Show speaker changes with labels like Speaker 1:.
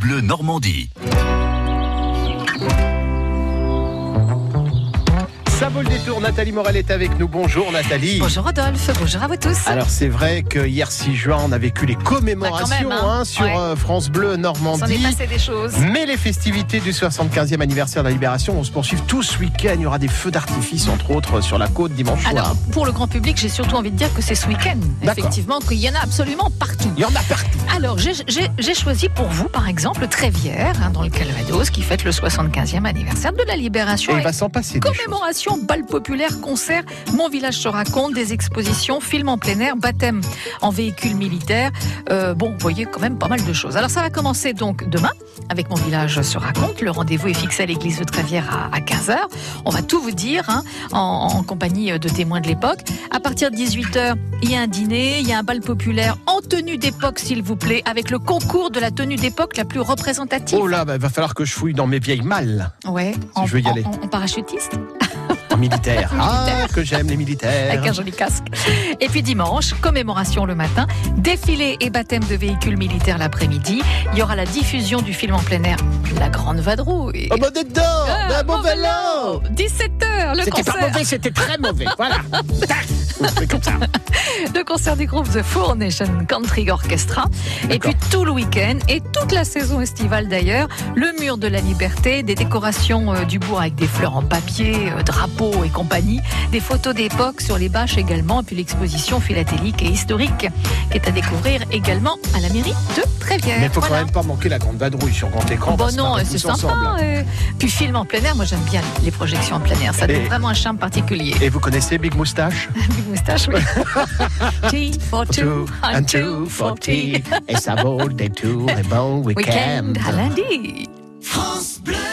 Speaker 1: Bleu Normandie.
Speaker 2: Ça vaut le détour. Nathalie Morel est avec nous. Bonjour Nathalie.
Speaker 3: Bonjour Rodolphe, bonjour à vous tous.
Speaker 2: Alors c'est vrai que hier 6 juin, on a vécu les commémorations
Speaker 3: Ah, quand même, hein.
Speaker 2: hein, sur
Speaker 3: Ouais.
Speaker 2: euh, France Bleu
Speaker 3: On s'en est
Speaker 2: Normandie.
Speaker 3: passé des choses.
Speaker 2: Mais les festivités du 75e anniversaire de la Libération vont se poursuivre tout ce week-end. Il y aura des feux d'artifice, entre autres, sur la côte dimanche soir.
Speaker 3: Alors, pour le grand public, j'ai surtout envie de dire que c'est ce week-end,
Speaker 2: D'accord.
Speaker 3: effectivement, qu'il y en a absolument partout.
Speaker 2: Il y en a partout.
Speaker 3: Alors, j'ai- j'ai j'ai choisi pour vous, par exemple, Trévière, hein, dans le Calvados, qui fête le 75e anniversaire de la
Speaker 2: Et
Speaker 3: Libération.
Speaker 2: il
Speaker 3: avec
Speaker 2: va s'en passer des choses.
Speaker 3: Commémoration, bal populaire, concert, mon village se raconte, des expositions, films en plein air, baptême en véhicule militaire. Euh, bon, vous voyez quand même pas mal de choses. Alors ça va commencer donc demain avec mon village se raconte. Le rendez-vous est fixé à l'église de Trévière à, 15h. On va tout vous dire hein, en, en compagnie de témoins de l'époque. À partir de 18h, il y a un dîner, il y a un bal populaire en tenue d'époque, s'il vous plaît, avec le concours de la tenue d'époque la plus représentative.
Speaker 2: Oh là, bah, va falloir que je fouille dans mes vieilles malles
Speaker 3: ouais,
Speaker 2: je veux y aller.
Speaker 3: en- en parachutiste.
Speaker 2: en militaire. Ah, que j'aime les militaires.
Speaker 3: avec un joli casque. Et puis dimanche, commémoration le matin, défilé et baptême de véhicules militaires l'après-midi. Il y aura la diffusion du film en plein air La Grande Vadrouille.
Speaker 2: Au bon dedans, bah,
Speaker 3: Euh,
Speaker 2: d'un bon
Speaker 3: bon
Speaker 2: vélo.
Speaker 3: 17h, le
Speaker 2: C'était pas
Speaker 3: concert,
Speaker 2: mauvais, c'était très mauvais. Voilà. Tac. On fait comme ça.
Speaker 3: le concert du groupe The Four Nation Country Orchestra. Et
Speaker 2: D'accord.
Speaker 3: puis tout le week-end et toute la saison estivale d'ailleurs, le mur de la liberté, des décorations euh, du bourg avec des fleurs en papier, euh, drapeaux et compagnie, des photos d'époque sur les bâches également, et puis l'exposition philatélique et historique qui est à découvrir également à la mairie de Trévière.
Speaker 2: Mais faut
Speaker 3: Euh, Voilà.
Speaker 2: quand même pas manquer la grande vadrouille sur grand écran.
Speaker 3: Bon
Speaker 2: parce qu'on
Speaker 3: non,
Speaker 2: va
Speaker 3: c'est
Speaker 2: tous
Speaker 3: sympa.
Speaker 2: ensemble.
Speaker 3: euh. Puis film en plein air, moi j'aime bien les projections en plein air, ça
Speaker 2: Et-
Speaker 3: donne vraiment un charme particulier.
Speaker 2: Et vous connaissez Big Moustache
Speaker 3: Big moustache, oui. Tea for two, and two for tea.
Speaker 2: Et ça vaut des tours et bon
Speaker 3: Weekend
Speaker 2: week-end.
Speaker 3: à lundi.
Speaker 4: France Bleu.